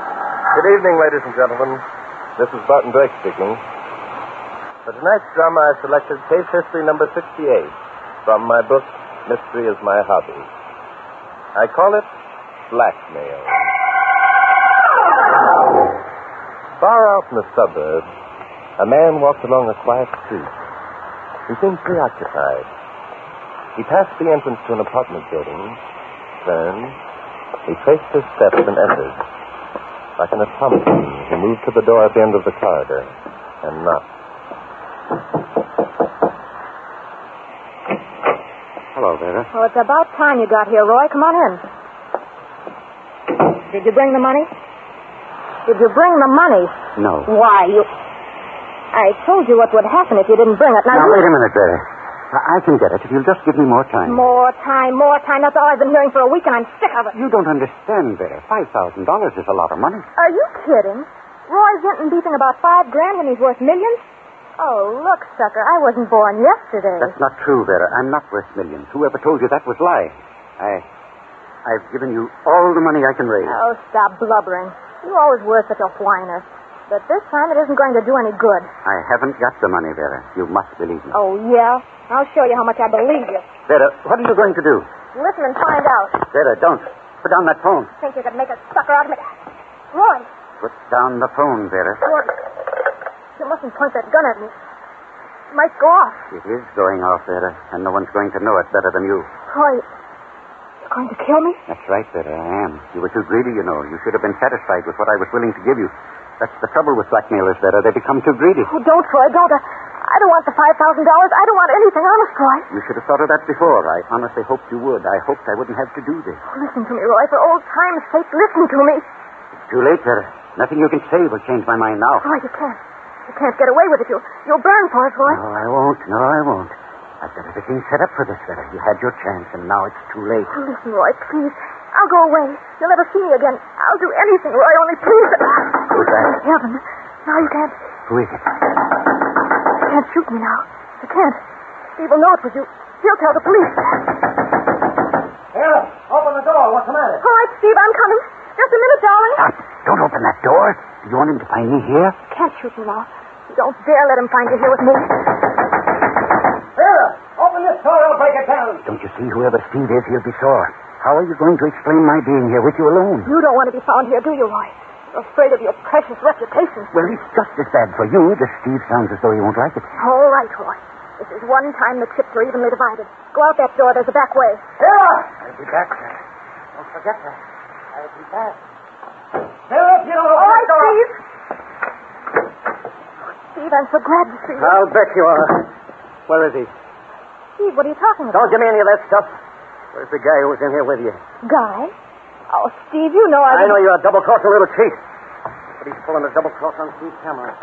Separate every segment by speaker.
Speaker 1: Good evening, ladies and gentlemen.
Speaker 2: This is Barton Drake speaking.
Speaker 1: For tonight's drama, I've selected case history number 68
Speaker 2: From my book, Mystery is My Hobby. I call it Blackmail. Far out in the suburbs, a man walked along a quiet street. He seemed preoccupied. He passed the entrance to an apartment building, turned, he traced his steps and entered. Like an automaton, he moved to the door at the end of the corridor and knocked. Hello, Vera.
Speaker 3: Well, Oh, it's about time you got here, Roy. Come on in. Did you bring the money? Did you bring the money?
Speaker 4: No.
Speaker 3: Why, you. I told you what would happen if you didn't bring it. Now,
Speaker 4: Now,
Speaker 3: you-
Speaker 4: wait a minute, Betty. I-, I can get it if you'll just give me more time.
Speaker 3: More time, more time. That's all I've been hearing for a week, and I'm sick of it.
Speaker 4: You don't understand, Betty. $5,000 is a lot of money.
Speaker 3: Are you kidding? Roy Vinton beeping about five grand when he's worth millions? Oh, look, sucker, I wasn't born yesterday.
Speaker 4: That's not true, Vera. I'm not worth millions. Whoever told you that was lying. I. I've given you all the money I can raise.
Speaker 3: Oh, stop blubbering. You always were such a whiner. But this time it isn't going to do any good.
Speaker 4: I haven't got the money, Vera. You must believe me.
Speaker 3: Oh, yeah? I'll show you how much I believe you.
Speaker 4: Vera, what are you going to do?
Speaker 3: Listen and find out.
Speaker 4: Vera, don't. Put down that phone.
Speaker 3: Think you could make a sucker out of me? Roy,
Speaker 4: Put down the phone, Vera.
Speaker 3: Roy, you mustn't point that gun at me. It might go off.
Speaker 4: It is going off, Vera, and no one's going to know it better than you.
Speaker 3: Roy, you're going to kill me?
Speaker 4: That's right, Vera, I am. You were too greedy, you know. You should have been satisfied with what I was willing to give you. That's the trouble with blackmailers, Vera. They become too greedy.
Speaker 3: Oh, don't, Roy, don't. I, I don't want the $5,000. I don't want anything, honest, Roy.
Speaker 4: You should have thought of that before. I honestly hoped you would. I hoped I wouldn't have to do this.
Speaker 3: Listen to me, Roy. For old time's sake, listen to me.
Speaker 4: Too late, Vera. Nothing you can say will change my mind now.
Speaker 3: Roy, you can't. You can't get away with it. You'll, you'll burn for it, Roy.
Speaker 4: No, I won't. No, I won't. I've got everything set up for this, Vera. You had your chance, and now it's too late.
Speaker 3: Oh, listen, Roy, please. I'll go away. You'll never see me again. I'll do anything, Roy, only please.
Speaker 4: Who's that?
Speaker 3: Heaven. Now you can't.
Speaker 4: Who is it?
Speaker 3: You can't shoot me now. You can't. Steve will know it was you. He'll tell the police.
Speaker 1: Harris, open the door. What's the matter?
Speaker 3: All right, Steve, I'm coming. Just a minute, darling.
Speaker 4: Stop. Don't open that door. Do you want him to find me here?
Speaker 3: You can't shoot me now. You don't dare let him find you here with me.
Speaker 1: Harris, open this door. I'll break it down.
Speaker 4: Don't you see whoever Steve is, he'll be sore. How are you going to explain my being here with you alone?
Speaker 3: You don't want to be found here, do you, Roy? You're afraid of your precious reputation.
Speaker 4: Well, it's just as bad for you. This Steve sounds as though he won't like it.
Speaker 3: All right, Roy. This is one time the chips are evenly divided. Go out that door. There's a back way.
Speaker 1: Harris!
Speaker 4: I'll be back, sir. Don't forget that. I'll be back.
Speaker 1: Harris, you don't
Speaker 3: All
Speaker 1: open
Speaker 3: right,
Speaker 1: the door.
Speaker 3: Steve. Steve, I'm so glad to see you.
Speaker 4: I'll bet you are. Where is he?
Speaker 3: Steve, what are you talking about?
Speaker 4: Don't give me any of that stuff. Where's the guy who was in here with you?
Speaker 3: Guy? Oh, Steve, you know I...
Speaker 4: I know you're a double-crossing little cheat. But he's pulling a double cross on Steve Cameron.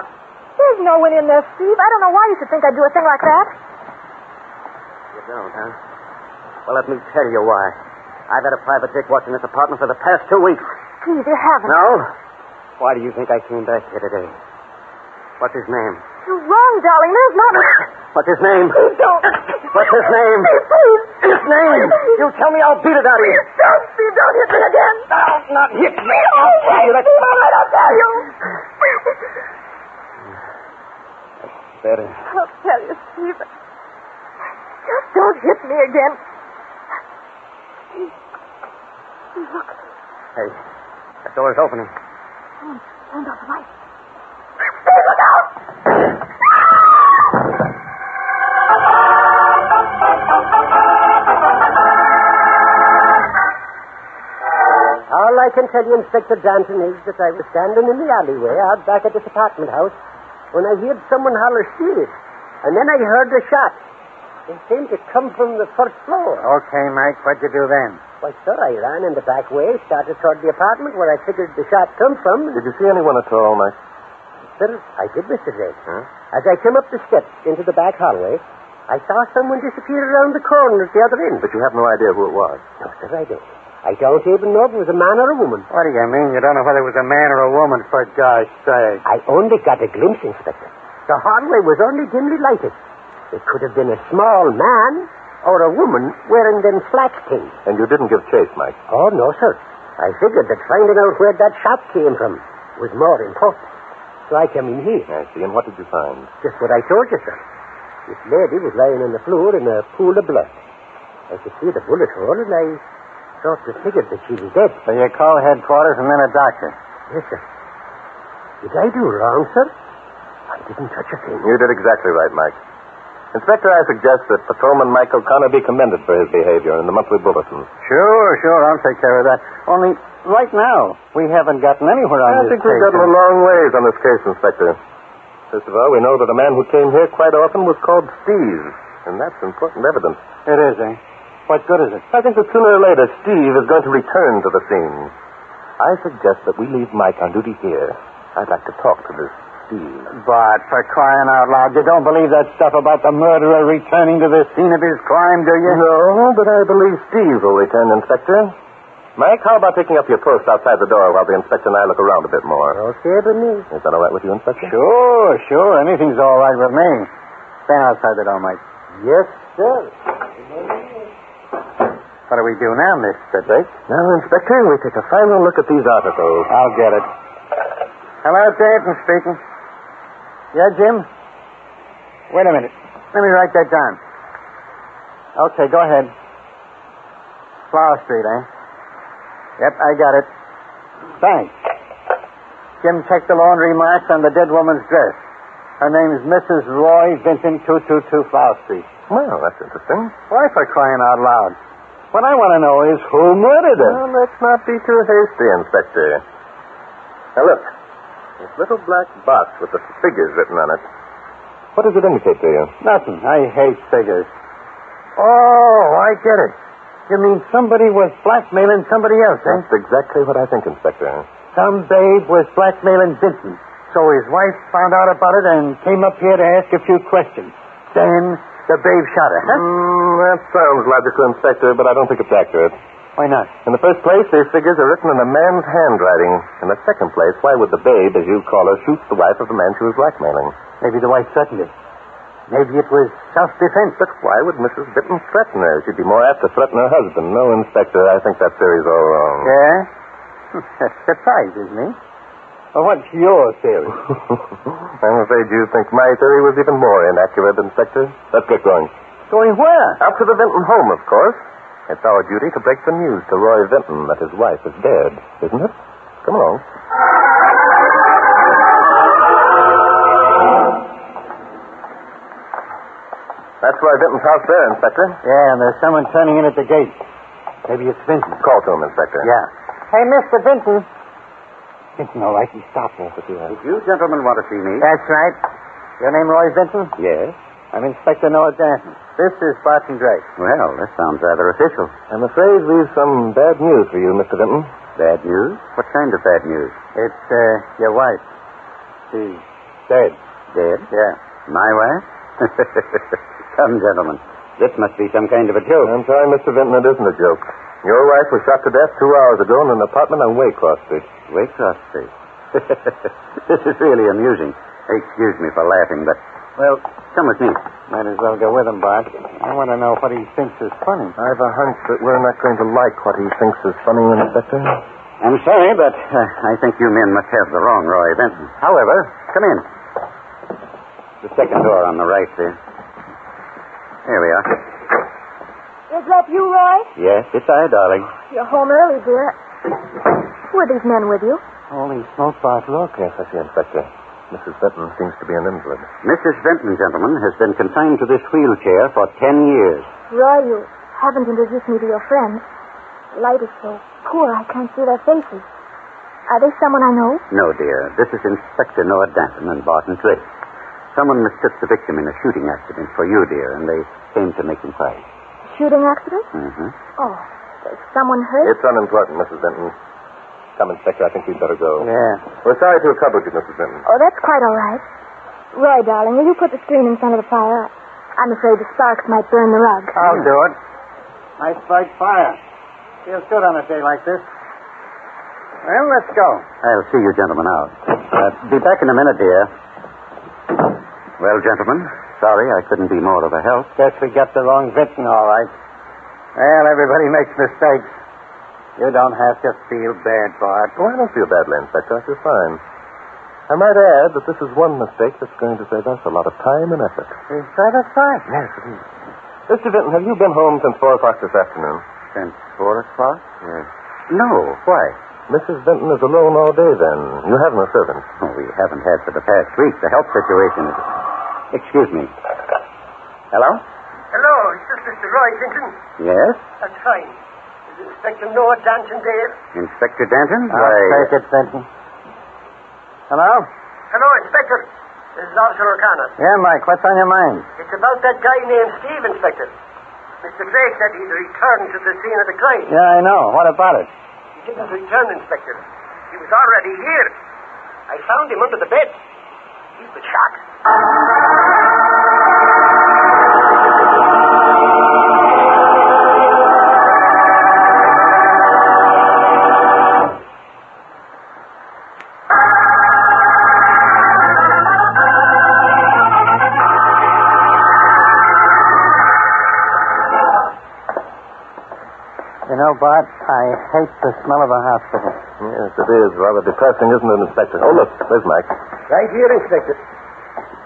Speaker 3: There's no one in there, Steve. I don't know why you should think I'd do a thing like that.
Speaker 4: You don't, huh? Well, let me tell you why. I've had a private dick watching this apartment for the past two weeks.
Speaker 3: Steve, you haven't.
Speaker 4: No? Why do you think I came back here today? What's his name?
Speaker 3: You're wrong, darling. There's not...
Speaker 4: What's his name?
Speaker 3: Please don't.
Speaker 4: What's his name?
Speaker 3: Please.
Speaker 4: His name! You tell me, I'll beat it out of you.
Speaker 3: Don't, Steve. Don't hit me again.
Speaker 4: I'll not hit me.
Speaker 3: Oh,
Speaker 4: You let-
Speaker 3: Steve, all right, I'll tell you.
Speaker 4: Better.
Speaker 3: I'll tell you, Steve. Just don't hit me again. Steve, look.
Speaker 4: Hey, that door's opening.
Speaker 3: Turn off the light.
Speaker 5: All I can tell you, Inspector Johnson, is that I was standing in the alleyway out back at this apartment house when I heard someone holler, Steve. And then I heard a shot. It seemed to come from the first floor.
Speaker 4: Okay, Mike, what'd you do then?
Speaker 5: Why, sir, I ran in the back way, started toward the apartment where I figured the shot come from.
Speaker 2: Did you see anyone at all, Mike?
Speaker 5: Sir, I did, Mr. Drake.
Speaker 2: Huh?
Speaker 5: As I came up the steps into the back hallway, I saw someone disappear around the corner at the other end.
Speaker 2: But you have no idea who it was.
Speaker 5: No, sir, I don't. I don't even know if it was a man or a woman.
Speaker 4: What do you mean you don't know whether it was a man or a woman, for gosh sake?
Speaker 5: I only got a glimpse, Inspector. The hallway was only dimly lighted. It could have been a small man or a woman wearing them slack things.
Speaker 2: And you didn't give chase, Mike.
Speaker 5: Oh, no, sir. I figured that finding out where that shot came from
Speaker 4: was more important. So I come in here.
Speaker 2: I see. And what did you find?
Speaker 4: Just what I told you, sir. This lady was lying on the floor in a pool of blood. I could see the bullet hole, and I thought and figured that she was dead.
Speaker 5: So you call headquarters and then a doctor.
Speaker 4: Yes, sir. Did I do wrong, sir? I didn't touch a thing.
Speaker 2: You did exactly right, Mike. Inspector, I suggest that Patrolman Mike O'Connor be commended for his behavior in the monthly bulletin.
Speaker 5: Sure, sure, I'll take care of that. Only right now, we haven't gotten anywhere on
Speaker 2: I
Speaker 5: this
Speaker 2: think we've
Speaker 5: case.
Speaker 2: gotten a long ways on this case, Inspector. First of all, we know that a man who came here quite often was called Steve, and that's important evidence.
Speaker 5: It is, eh? What good is it?
Speaker 2: I think that sooner or later Steve is going to return to the scene. I suggest that we leave Mike on duty here. I'd like to talk to this Steve.
Speaker 5: But for crying out loud, you don't believe that stuff about the murderer returning to the scene of his crime, do you?
Speaker 2: No, but I believe Steve will return, Inspector. Mike, how about picking up your post outside the door while the inspector and I look around a bit more?
Speaker 4: Okay, but me.
Speaker 2: Is that all right with you, Inspector?
Speaker 5: Sure, sure. Anything's all right with me. Stand outside the door, Mike.
Speaker 4: Yes, sir.
Speaker 5: What do we do now, Mr. Dick?
Speaker 2: Now, Inspector, we take a final look at these articles.
Speaker 5: I'll get it. Hello, Dayton speaking. Yeah, Jim? Wait a minute. Let me write that down. Okay, go ahead. Flower Street, eh? Yep, I got it. Thanks. Jim checked the laundry marks on the dead woman's dress. Her name's Mrs. Roy Vincent, 222 Flower Street.
Speaker 2: Well, that's interesting.
Speaker 5: Why, for crying out loud? What I want to know is who murdered her.
Speaker 2: Well, let's not be too hasty, Inspector. Now, look. This little black box with the figures written on it. What does it indicate to you?
Speaker 5: Nothing. I hate figures. Oh, I get it. You mean somebody was blackmailing somebody else, eh?
Speaker 2: That's exactly what I think, Inspector.
Speaker 5: Some babe was blackmailing Vincent. So his wife found out about it and came up here to ask a few questions. Then the babe shot her, huh?
Speaker 2: Mm, that sounds logical, Inspector, but I don't think it's accurate.
Speaker 5: Why not?
Speaker 2: In the first place, these figures are written in a man's handwriting. In the second place, why would the babe, as you call her, shoot the wife of the man she was blackmailing?
Speaker 5: Maybe the wife threatened it. Maybe it was self-defense.
Speaker 2: But why would Mrs. Bitten threaten her? She'd be more apt to threaten her husband. No, Inspector, I think that theory's all wrong.
Speaker 5: Yeah? That surprises me. Well, what's your theory?
Speaker 2: I'm afraid you think my theory was even more inaccurate, Inspector. Let's get going.
Speaker 5: Going where?
Speaker 2: Up to the Vinton home, of course. It's our duty to break the news to Roy Vinton that his wife is dead, isn't it? Come along. That's Roy Vinton's house there, Inspector.
Speaker 5: Yeah, and there's someone turning in at the gate. Maybe it's Vincent.
Speaker 2: Call to him, Inspector.
Speaker 5: Yeah. Hey, Mr. Vinton. Vinton, all right, he stopped there.
Speaker 2: Yes.
Speaker 5: You gentlemen want to see me. That's right. Your name Roy Vinton?
Speaker 2: Yes.
Speaker 5: I'm Inspector Noah Danton. This is Barton Drake. Well, this sounds rather official.
Speaker 2: I'm afraid we've some bad news for you, Mr. Vinton.
Speaker 5: Bad news? What kind of bad news? It's uh, your wife. She's dead. Dead? Yeah. My wife? Come, gentlemen. This must be some kind of a joke.
Speaker 2: Oh, I'm sorry, Mr. Vinton, it isn't a joke. Your wife was shot to death two hours ago in an apartment on Waycross Street.
Speaker 5: Waycross Street. this is really amusing. Excuse me for laughing, but. Well, come with me. Might as well go with him, Bart. I want to know what he thinks is funny.
Speaker 2: I've a hunch that we're not going to like what he thinks is funny, Inspector.
Speaker 5: I'm sorry, but uh, I think you men must have the wrong Roy Benton. However, come in. The second door on the right there. Here we are.
Speaker 3: Is that you, Roy?
Speaker 5: Yes, it's I, darling.
Speaker 3: You're home early, dear. Who are these men with you?
Speaker 2: Holy smoke, Bart, look. Yes, I see, Inspector. Mrs. Benton seems to be an invalid.
Speaker 5: Mrs. Benton, gentlemen, has been consigned to this wheelchair for ten years.
Speaker 3: Roy, you haven't introduced me to your friends. Light is so poor I can't see their faces. Are they someone I know?
Speaker 5: No, dear. This is Inspector Noah Danton and Barton Drake. Someone mistook the victim in a shooting accident for you, dear, and they came to make inquiries.
Speaker 3: Shooting accident?
Speaker 5: Mm-hmm.
Speaker 3: Oh, is someone hurt?
Speaker 2: It's unimportant, Mrs. Benton. Come, Inspector, I think we'd better go.
Speaker 5: Yeah.
Speaker 2: We're sorry to have troubled you, Mrs. Benton.
Speaker 3: Oh, that's quite all right. Roy, darling, will you put the screen in front of the fire? I'm afraid the sparks might burn the rug.
Speaker 4: Uh,
Speaker 5: I'll do it. Nice bright fire. Feels good on a day like this. Well, let's go. I'll see you gentlemen out. Uh, be back in a minute, dear. Well, gentlemen, sorry I couldn't be more of a help. Guess we got the wrong victim, all right. Well, everybody makes mistakes. You don't have to feel bad, Bart.
Speaker 2: Oh, I don't feel badly, Inspector. I feel fine. I might add that this is one mistake that's going to save us a lot of time and effort.
Speaker 5: Is that a fact?
Speaker 2: Yes, it is. Mr. Vinton, have you been home since 4 o'clock this afternoon?
Speaker 5: Since four o'clock?
Speaker 2: Yes.
Speaker 5: No. Why?
Speaker 2: Mrs. Vinton is alone all day, then. You haven't a servant.
Speaker 5: Well, we haven't had for the past week. The health situation is. Excuse me. Hello?
Speaker 6: Hello, is this Mr. Roy Vinton?
Speaker 5: Yes?
Speaker 6: That's fine. Is Inspector Noah Danton there?
Speaker 5: Inspector Danton?
Speaker 4: I'll take it, Benton.
Speaker 5: Hello?
Speaker 6: Hello, Inspector. This is Officer O'Connor.
Speaker 5: Yeah, Mike, what's on your mind?
Speaker 6: It's about that guy named Steve, Inspector. Mr. Drake said he'd return to the scene of the crime.
Speaker 5: Yeah, I know. What about it?
Speaker 6: He didn't return, Inspector. He was already here. I found him under the bed. He was shot.
Speaker 5: You know, Bart, I hate the smell of a hospital.
Speaker 2: Yes, it is rather depressing, isn't it, Inspector? Oh, look, there's Mike.
Speaker 4: Right here, Inspector.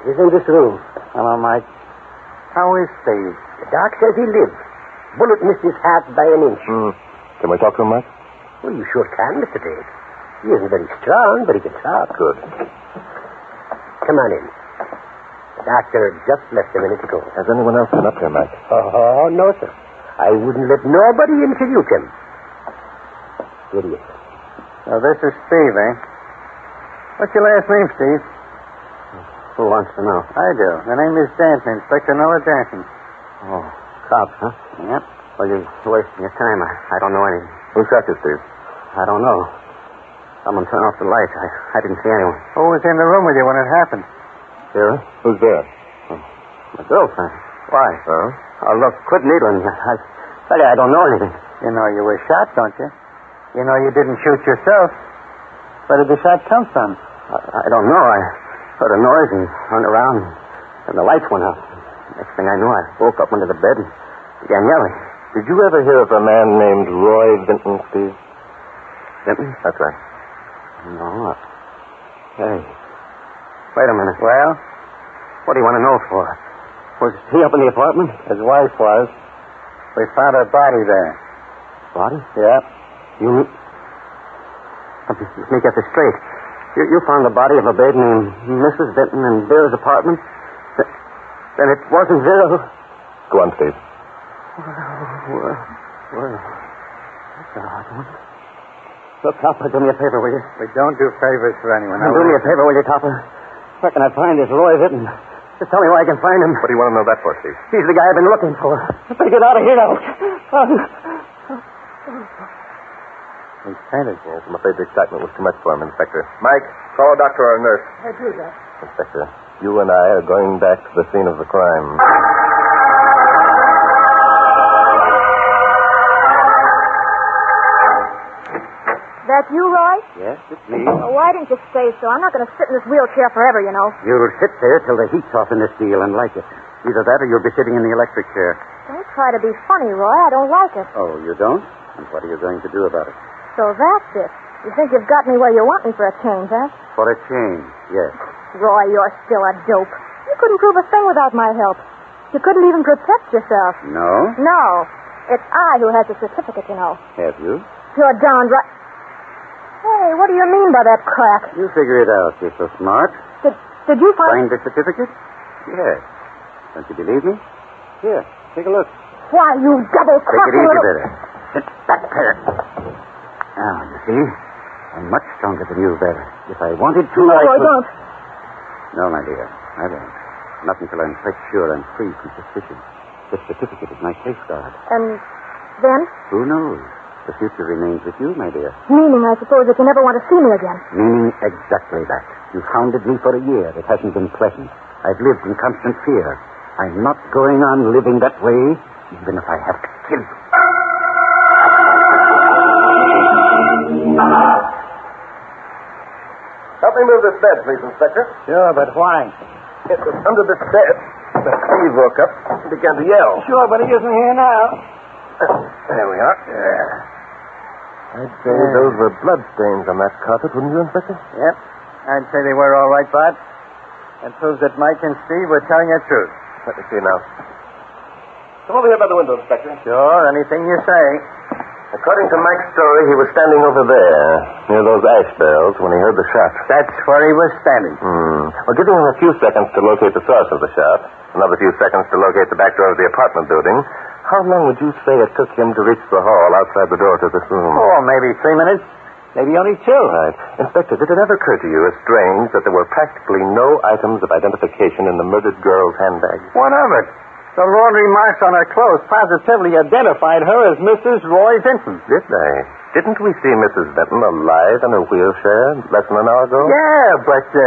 Speaker 4: He's in this room.
Speaker 5: Hello, Mike. How is Steve?
Speaker 4: The doc says he lives. Bullet missed his heart by an inch.
Speaker 2: Hmm. Can we talk to him, Mike?
Speaker 4: Well, you sure can, Mr. Dave. He isn't very strong, but he can talk.
Speaker 2: Good.
Speaker 4: Come on in. The doctor just left a minute ago.
Speaker 2: Has anyone else been up here, Mike?
Speaker 4: Oh, no, sir. I wouldn't let nobody introduce him. Here he is.
Speaker 5: Oh, this is Steve, eh? What's your last name, Steve?
Speaker 4: Who wants to know?
Speaker 5: I do. The name is Danton, Inspector Noah Danton.
Speaker 4: Oh, cops, huh?
Speaker 5: Yep.
Speaker 4: Well, you're wasting your time. I, I don't know anything.
Speaker 2: Who shot you, Steve?
Speaker 4: I don't know. Someone turned off the lights. I, I didn't see anyone.
Speaker 5: Who was in the room with you when it happened?
Speaker 4: Vera?
Speaker 2: Who's there?
Speaker 4: My girlfriend. Why?
Speaker 2: Huh?
Speaker 4: Oh, look, quit needling. me. I tell you, I don't know anything.
Speaker 5: You know you were shot, don't you? You know you didn't shoot yourself. Where did the shot come from?
Speaker 4: I, I don't know. I heard a noise and turned around, and the lights went out. Next thing I knew, I woke up under the bed and began yelling.
Speaker 2: Did you ever hear of a man named Roy Vinton, Steve?
Speaker 4: Vinton?
Speaker 2: That's right.
Speaker 4: No. I- Hey. Wait a minute.
Speaker 5: Well,
Speaker 4: What do you want to know for? Was he up in the apartment?
Speaker 5: his wife was. We found her body there.
Speaker 4: Body?
Speaker 5: Yep.
Speaker 4: You. Let me get this straight. You, you found the body of a babe named Mrs. Benton in Vera's apartment? Th- Then it wasn't Vera who.
Speaker 2: Go on, Steve.
Speaker 4: Well, well. That's an odd one. Look, Copper, do me a favor, will you?
Speaker 5: We don't do favors for anyone.
Speaker 4: Now, do me a favor, will you, Copper? Where can I find this Roy Vinton? Just tell me where I can find him.
Speaker 2: What do you want to know that for, Steve?
Speaker 4: He's the guy I've been looking for. If they get out of here, I'll.
Speaker 5: He's fainted.
Speaker 2: Yes, I'm afraid the excitement was too much for him, Inspector. Mike, call a doctor or a nurse.
Speaker 3: I do that.
Speaker 2: Inspector, you and I are going back to the scene of the crime.
Speaker 3: That you, Roy?
Speaker 4: Yes, it's me.
Speaker 3: Well, why didn't you say so? I'm not going to sit in this wheelchair forever, you know.
Speaker 4: You'll sit there till the heat's off in this deal and like it. Either that or you'll be sitting in the electric chair.
Speaker 3: Don't try to be funny, Roy. I don't like it.
Speaker 4: Oh, you don't? And what are you going to do about it?
Speaker 3: So that's it. You think you've got me where you want me for a change, huh?
Speaker 4: For a change, yes.
Speaker 3: Roy, you're still a dope. You couldn't prove a thing without my help. You couldn't even protect yourself.
Speaker 4: No?
Speaker 3: No. It's I who has the certificate, you know.
Speaker 4: Have you?
Speaker 3: You're downright. Hey, what do you mean by that crack?
Speaker 4: You figure it out. You're so smart.
Speaker 3: Did, did you find.
Speaker 4: Find the certificate? Yes. Don't you believe me? Here, take a look.
Speaker 3: Why, you double
Speaker 4: Take it
Speaker 3: cracking
Speaker 4: easy,
Speaker 3: little.
Speaker 4: Vera. Sit back there. Now, you see, I'm much stronger than you, Vera. If I wanted to,
Speaker 3: No,
Speaker 4: I
Speaker 3: Roy,
Speaker 4: could...
Speaker 3: don't.
Speaker 4: No, my dear, I don't. Not until I'm quite sure I'm free from suspicion. This certificate is my safeguard.
Speaker 3: And then?
Speaker 4: Who knows? The future remains with you, my dear.
Speaker 3: Meaning, I suppose, that you never want to see me again.
Speaker 4: Meaning exactly that. You've hounded me for a year. It hasn't been pleasant. I've lived in constant fear. I'm not going on living that way, even if I have to kill you.
Speaker 7: Help me move this bed, please, Inspector.
Speaker 5: Sure, but why?
Speaker 7: It was under this bed that Steve woke up and began to yell.
Speaker 5: Sure, but he isn't here now.
Speaker 7: There we are. Yeah.
Speaker 2: I'd say those were bloodstains on that carpet, wouldn't you, Inspector?
Speaker 4: Uh, Yep. I'd say they were all right, Bart. That proves that Mike and Steve were telling the truth.
Speaker 2: Let me see now.
Speaker 6: Come over here by the window, Inspector.
Speaker 4: Sure, anything you say.
Speaker 2: According to Mike's story, he was standing over there, near those ash barrels, when he heard the shot.
Speaker 4: That's where he was standing.
Speaker 2: Hmm. Well, giving him a few seconds to locate the source of the shot, another few seconds to locate the back door of the apartment building, how long would you say it took him to reach the hall outside the door to this room?
Speaker 4: Oh, maybe three minutes. Maybe only two.
Speaker 2: All right. Inspector, did it ever occur to you as strange that there were practically no items of identification in the murdered girl's handbag?
Speaker 4: What of it? The laundry marks on her clothes positively identified her as Mrs. Roy Vinton.
Speaker 2: Did they? Didn't we see Mrs. Benton alive in her wheelchair less than an hour ago?
Speaker 4: Yeah, but uh,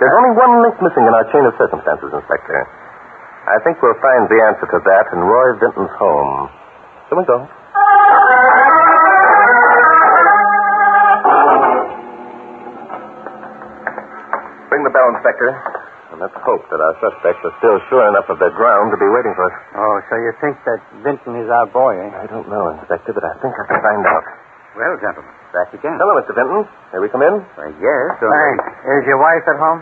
Speaker 2: There's only one link missing in our chain of circumstances, Inspector. I think we'll find the answer to that in Roy Vinton's home. Here we go. Ring the bell, Inspector. And let's hope that our suspects are still sure enough of their ground to be waiting for us.
Speaker 4: oh, so you think that Vinton is our boy, eh?
Speaker 2: I don't know, Inspector, but I think I can find out.
Speaker 4: Well, gentlemen, back again.
Speaker 2: Hello, Mr. Vinton. May we come in?
Speaker 4: Why, Uh, yes. Thanks. Is your wife at home?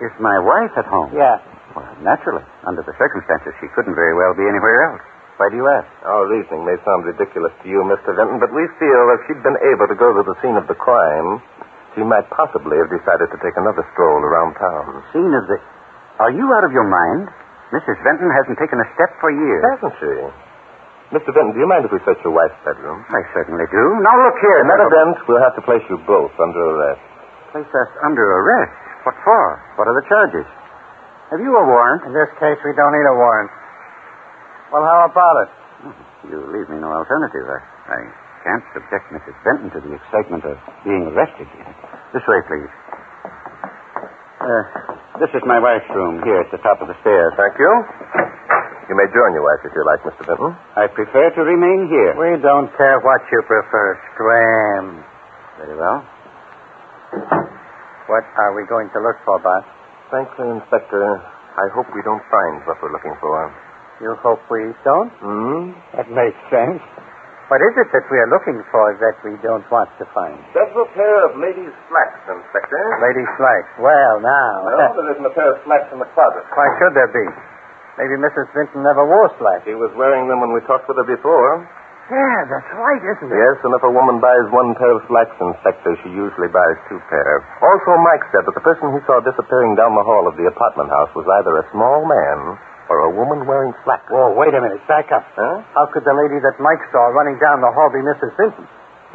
Speaker 4: Is my wife at home? Yeah. Well, naturally. Under the circumstances, she couldn't very well be anywhere else. Why do you ask?
Speaker 2: Our reasoning may sound ridiculous to you, Mr. Vinton, but we feel if she'd been able to go to the scene of the crime, she might possibly have decided to take another stroll around town.
Speaker 4: Scene of the. Are you out of your mind? Mrs. Venton hasn't taken a step for years.
Speaker 2: Hasn't she? Mr. Vinton, do you mind if we search your wife's bedroom?
Speaker 4: I certainly do. Now look here.
Speaker 2: In that
Speaker 4: gentlemen.
Speaker 2: event, we'll have to place you both under arrest.
Speaker 4: Place us under arrest. What for? What are the charges? Have you a warrant? In this case, we don't need a warrant. Well, how about it? Hmm, You leave me no alternative. I, I can't subject Mrs. Benton to the excitement of being arrested. This way, please. Uh, this is my wife's room here at the top of the stairs.
Speaker 2: Thank you. You may join your wife if you like, Mr. Vinton.
Speaker 4: I prefer to remain here. We don't care what you prefer, Scram. Very well. What are we going to look for, Bart?
Speaker 2: Frankly, Inspector, I hope we don't find what we're looking for.
Speaker 4: You hope we don't?
Speaker 2: Hmm?
Speaker 4: That makes sense. What is it that we are looking for that we don't want to find?
Speaker 2: Several pair of ladies' slacks, Inspector.
Speaker 4: Lady Slacks. Well, now.
Speaker 2: there isn't a pair of slacks in the closet.
Speaker 4: Why should there be? Maybe Mrs. Vinton never wore slacks.
Speaker 2: She was wearing them when we talked with her before.
Speaker 4: Yeah, that's right, isn't
Speaker 2: Yes, and if a woman buys one pair of slacks in sector, she usually buys two pairs. Also, Mike said that the person he saw disappearing down the hall of the apartment house was either a small man or a woman wearing slacks.
Speaker 4: Whoa, wait a minute. Back up.
Speaker 2: Huh?
Speaker 4: How could the lady that Mike saw running down the hall be Mrs. Vinton?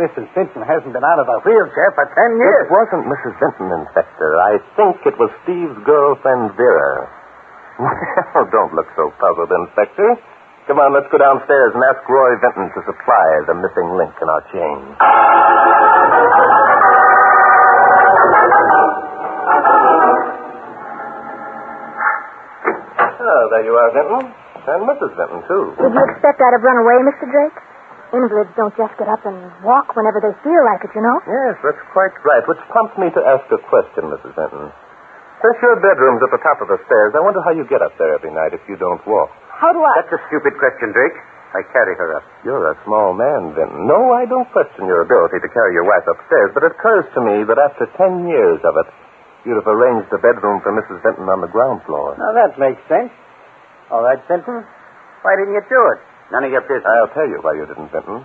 Speaker 4: Mrs. Vinton hasn't been out of a wheelchair for ten
Speaker 2: It wasn't Mrs. Vinton, Inspector. I think it was Steve's girlfriend, Vera. Well, don't look so puzzled, Inspector. Come on, let's go downstairs and ask Roy Vinton to supply the missing link in our chain. Oh, there you are, Vinton. And Mrs. Vinton, too.
Speaker 3: Did you expect I'd have run away, Mr. Drake? Invalids don't just get up and walk whenever they feel like it, you know.
Speaker 2: Yes, that's quite right, which prompts me to ask a question, Mrs. Vinton. Since your bedroom's at the top of the stairs, I wonder how you get up there every night if you don't walk.
Speaker 3: How do I?
Speaker 4: That's a stupid question, Drake. I carry her up.
Speaker 2: You're a small man, Vinton. No, I don't question your ability to carry your wife upstairs, but it occurs to me that after ten years of it, you'd have arranged a bedroom for Mrs. Vinton on the ground floor.
Speaker 4: Now, that makes sense. All right, Vinton. Why didn't you do it? None of your business.
Speaker 2: I'll tell you why you didn't, Vinton.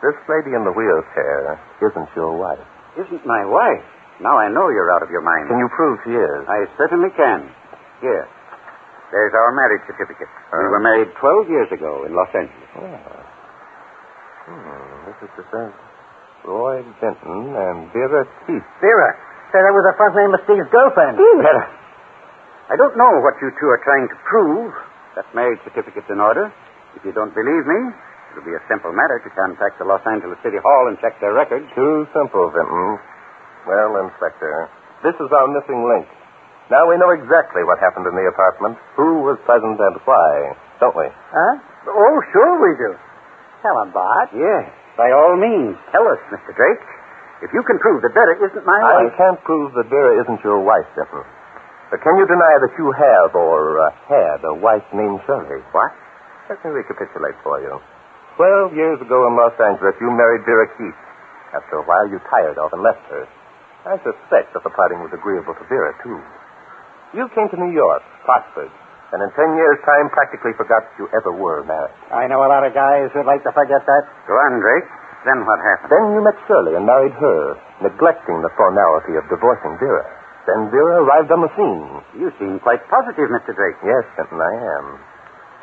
Speaker 2: This lady in the wheelchair isn't your wife.
Speaker 4: Isn't my wife. Now I know you're out of your mind.
Speaker 2: Can you prove she is?
Speaker 4: I certainly can. Here. There's our marriage certificate. we were married 12 years ago in Los Angeles.
Speaker 2: Hmm, this is the first. Roy Vinton and Vera Keith.
Speaker 4: Vera. Say, that was the first name of Steve's girlfriend.
Speaker 2: Vera.
Speaker 4: I don't know what you two are trying to prove. That marriage certificate's in order. If you don't believe me, it'll be a simple matter to contact the Los Angeles City Hall and check their records.
Speaker 2: Too simple, Vinton. Well, Inspector, this is our missing link. Now we know exactly what happened in the apartment, who was present and why, don't we?
Speaker 4: Huh? Oh, sure we do. Tell him, Bart. Yes, by all means. Tell us, Mr. Drake. If you can prove that Vera isn't my
Speaker 2: I
Speaker 4: wife.
Speaker 2: can't prove that Vera isn't your wife, Vinton. But can you deny that you have or uh, had a wife named Shirley? What? Let me recapitulate for you. Twelve years ago in Los Angeles, you married Vera Keith. After a while, you tired of and left her. I suspect that the parting was agreeable to Vera, too. You came to New York, prospered, and in ten years' time practically forgot you ever were married.
Speaker 4: I know a lot of guys who'd like to forget that.
Speaker 8: Go on, Drake. Then what happened?
Speaker 2: Then you met Shirley and married her, neglecting the formality of divorcing Vera. Then Vera arrived on the scene.
Speaker 8: You seem quite positive, Mr. Drake.
Speaker 2: Yes, Fenton, I am.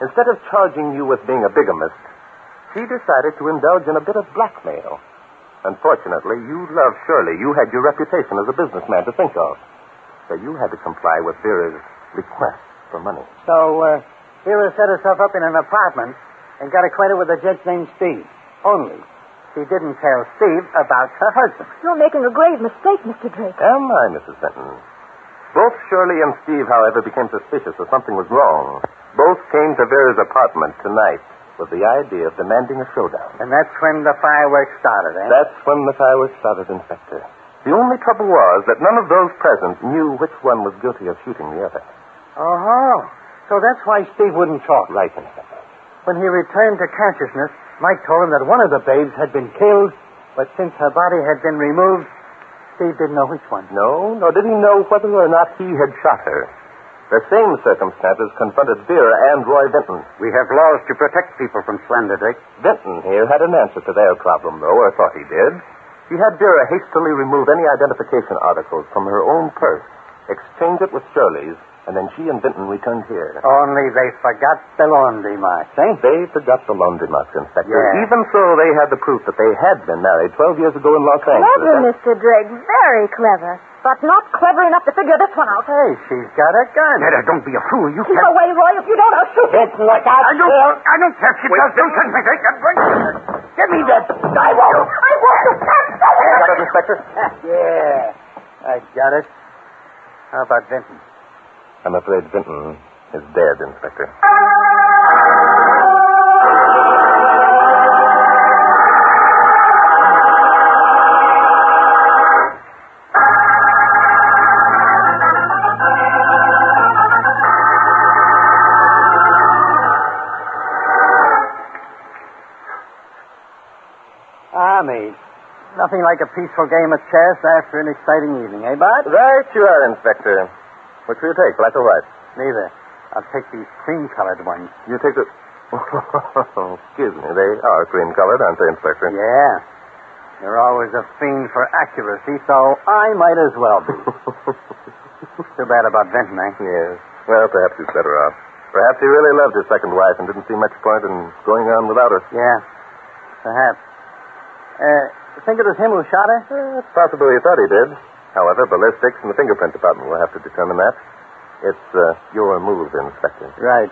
Speaker 2: Instead of charging you with being a bigamist, she decided to indulge in a bit of blackmail. Unfortunately, you loved Shirley. You had your reputation as a businessman to think of. So you had to comply with Vera's request for money.
Speaker 4: So, uh, Vera set herself up in an apartment and got acquainted with a gent named Steve. Only, she didn't tell Steve about her husband.
Speaker 3: You're making a grave mistake, Mr. Drake.
Speaker 2: Am I, Mrs. Fenton? Both Shirley and Steve, however, became suspicious that something was wrong. Both came to Vera's apartment tonight with the idea of demanding a showdown.
Speaker 4: And that's when the fireworks started, eh?
Speaker 2: That's when the fireworks started, Inspector. The only trouble was that none of those present knew which one was guilty of shooting the other.
Speaker 4: Oh, so that's why Steve wouldn't talk.
Speaker 2: Right, Inspector.
Speaker 4: When he returned to consciousness, Mike told him that one of the babes had been killed, but since her body had been removed, Steve didn't know which one.
Speaker 2: No, nor did he know whether or not he had shot her. The same circumstances confronted Vera and Roy Benton.
Speaker 8: We have laws to protect people from slander, Drake.
Speaker 2: Benton here had an answer to their problem, though, or thought he did. He had Vera hastily remove any identification articles from her own purse, exchange it with Shirley's, and then she and Vinton returned here.
Speaker 4: Only they forgot the laundry marks, eh?
Speaker 2: They forgot the laundry marks, Inspector.
Speaker 4: Yeah.
Speaker 2: Even so, they had the proof that they had been married 12 years ago in Los Angeles.
Speaker 3: Clever, Mr. Drake. Very clever. But not clever enough to figure this one out.
Speaker 4: Hey, she's got a gun.
Speaker 8: Netta, don't be a fool. You
Speaker 3: Keep
Speaker 8: can't.
Speaker 3: away, Roy. If you don't, I'll shoot you.
Speaker 5: Look out,
Speaker 8: I don't.
Speaker 5: Bill.
Speaker 8: I don't care if she does. Don't touch me, Drake. Give me that. I won't.
Speaker 3: I want to touch that.
Speaker 2: Got it, Inspector?
Speaker 4: yeah, I got it. How about Vinton?
Speaker 2: I'm afraid Vinton is dead, Inspector.
Speaker 4: Ah, me. Nothing like a peaceful game of chess after an exciting evening, eh, Bud?
Speaker 2: Right you are, Inspector. Which will you take, black or white?
Speaker 4: Neither. I'll take these cream-colored ones.
Speaker 2: You take the... Excuse me, they are cream-colored, aren't they, Inspector?
Speaker 4: Yeah. You're always a fiend for accuracy, so I might as well be. Too bad about Vinton, eh?
Speaker 2: Yes. Well, perhaps he's better off. Perhaps he really loved his second wife and didn't see much point in going on without her.
Speaker 4: Yeah, perhaps. Uh, think it was him who shot her?
Speaker 2: Eh, It's possible he thought he did. However, ballistics and the fingerprint department will have to determine that. It's uh, your move, Inspector.
Speaker 4: Right.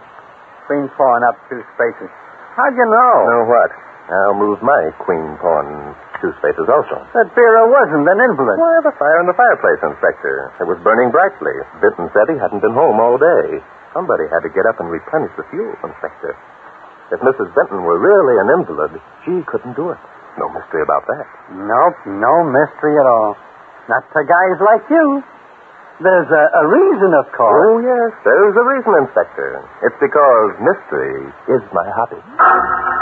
Speaker 4: Queen four and up two spaces. How'd you know?
Speaker 2: Know what? I'll move my queen pawn two spaces also.
Speaker 4: That Vera wasn't an invalid.
Speaker 2: Why, the fire in the fireplace, Inspector. It was burning brightly. Vinton said he hadn't been home all day. Somebody had to get up and replenish the fuel, Inspector. If Mrs. Benton were really an invalid, she couldn't do it. No mystery about that.
Speaker 4: Nope, no mystery at all. Not to guys like you. There's a, a reason, of course.
Speaker 2: Oh, yes. There's a reason, Inspector. It's because mystery is my hobby.